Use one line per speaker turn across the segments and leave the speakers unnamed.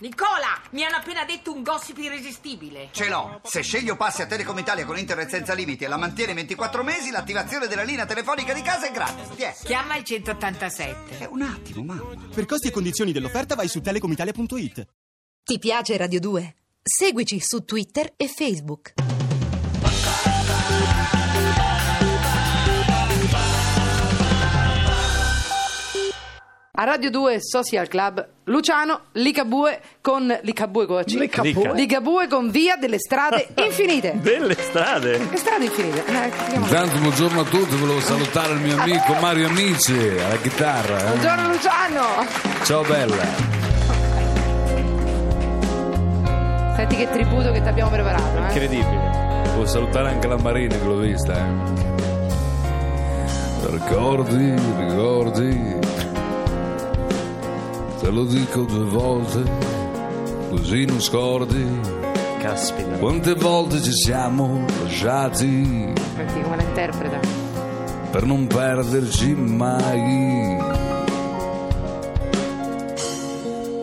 Nicola, mi hanno appena detto un gossip irresistibile.
Ce l'ho. Se sceglio passi a Telecom Italia con internet senza limiti e la mantieni 24 mesi, l'attivazione della linea telefonica di casa è gratis. Tiè.
Chiama il 187.
Eh, un attimo, mamma.
Per costi e condizioni dell'offerta vai su telecomitalia.it.
Ti piace Radio 2? Seguici su Twitter e Facebook.
A Radio 2 Social Club Luciano Licabue con Licabue con la C.
Licabue. Lica.
Licabue con Via delle Strade Infinite.
Delle strade.
Le strade infinite. Eh, chiamo-
Intanto buongiorno a tutti, volevo salutare il mio amico Mario Amici alla chitarra. eh.
Buongiorno Luciano.
Ciao bella.
Senti che tributo che ti abbiamo preparato. Eh?
Incredibile.
Devo salutare anche la Marina che l'ho vista. eh. Ricordi, ricordi. Te lo dico due volte, così non scordi.
Caspita.
Quante volte ci siamo lasciati
Senti come la interpreta.
per non perderci mai.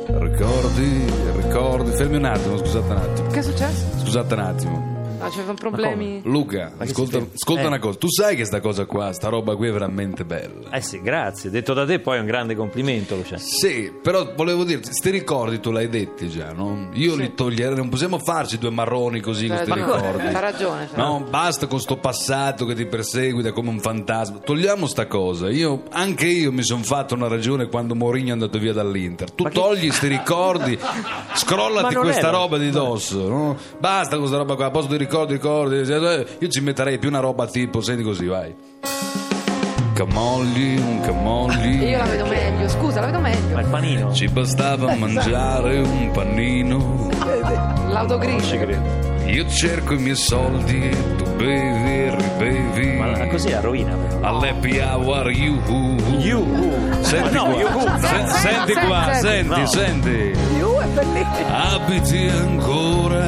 Ricordi, ricordi, fermi un attimo, scusate un attimo,
Che è successo?
scusate un attimo.
Ah, c'erano problemi.
Luca,
Ma che
ascolta,
si sente?
ascolta
Eh.
una cosa, tu sai che sta cosa qua, sta roba qui è veramente bella.
Eh sì, grazie. Detto da te poi è un grande complimento, Luciano.
Sì, però volevo dirti, sti ricordi tu l'hai detti già, no? Io li toglierei, non possiamo farci due marroni così con sti
Ma come?
ricordi.
Ha ragione. cioè.
No, basta con sto passato che ti perseguita come un fantasma. Togliamo sta cosa. Io, anche io mi sono fatto una ragione quando Mourinho è andato via dall'Inter. Tu togli sti ricordi,
Ma
scrollati
non
questa
era-
roba di dosso. no? Basta con questa roba qua. A posto di ricordi, ricordi. eh, Io ci metterei più una roba tipo, senti così, vai. Camogli, un camogli.
Io la vedo meglio. Scusa, la vedo meglio.
Ma il panino.
Ci bastava
Esatto.
mangiare un pannino.
Ci
L'autogrill.
credo.
Io cerco i miei soldi e tu bevi e ribevi.
Ma così la rovina. però.
All'happy hour you
You.
Senti
Ma no,
qua,
you who.
Se-
Senza,
senti
senza,
qua,
senza.
senti,
No.
senti.
Più è bellissimo.
Abiti ancora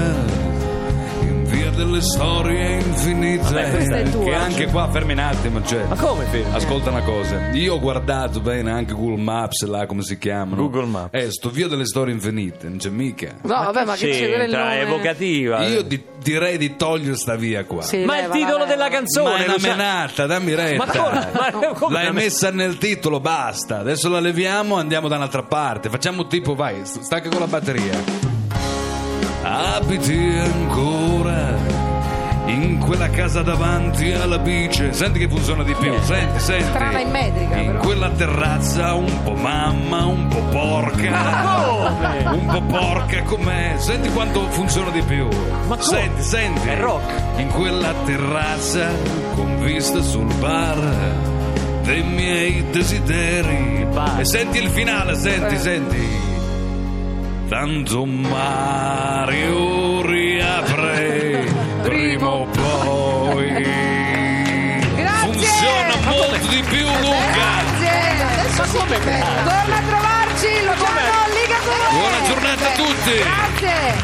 in via delle storie infinite.
Vabbè, questa è eh.
tua.
Che anche qua fermi un attimo, cioè.
Ma come fermi?
Ascolta una cosa, io ho guardato bene anche Google Maps, là come si chiamano.
Google Maps.
Eh, sto via delle storie infinite, non c'è mica.
No, vabbè, ma che c'è quello è il
C'entra,
nome.
è evocativa.
Io di- direi di togliere sta via qua.
Sì,
Ma il
leva,
titolo
leva.
della canzone,
Ma è una
Luciano.
menata, dammi
Ma
retta.
come? Ma come
L'hai
una men-
messa nel titolo, basta. Adesso la leviamo e andiamo da un'altra parte. Facciamo tipo, vai, st- stacca con la batteria. Abiti ancora in quella casa davanti alla bice. Senti che funziona di più. Senti, senti.
Strana in metrica,
In
però.
quella terrazza un po' mamma, un po' porca. un po' porca com'è. Senti quanto funziona di più.
Ma come?
Senti, senti.
È rock.
In quella terrazza con vista sul bar dei miei desideri.
Bar. Eh.
E senti il finale, senti, senti. Tanto Mario riapre prima o poi.
Grazie!
Funziona molto di più,
Eh?
Luca.
Grazie. Adesso come Torna a trovarci, Luciano Ligatore.
Buona giornata a tutti.
Grazie.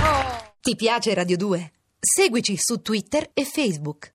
Ti piace Radio 2? Seguici su Twitter e Facebook.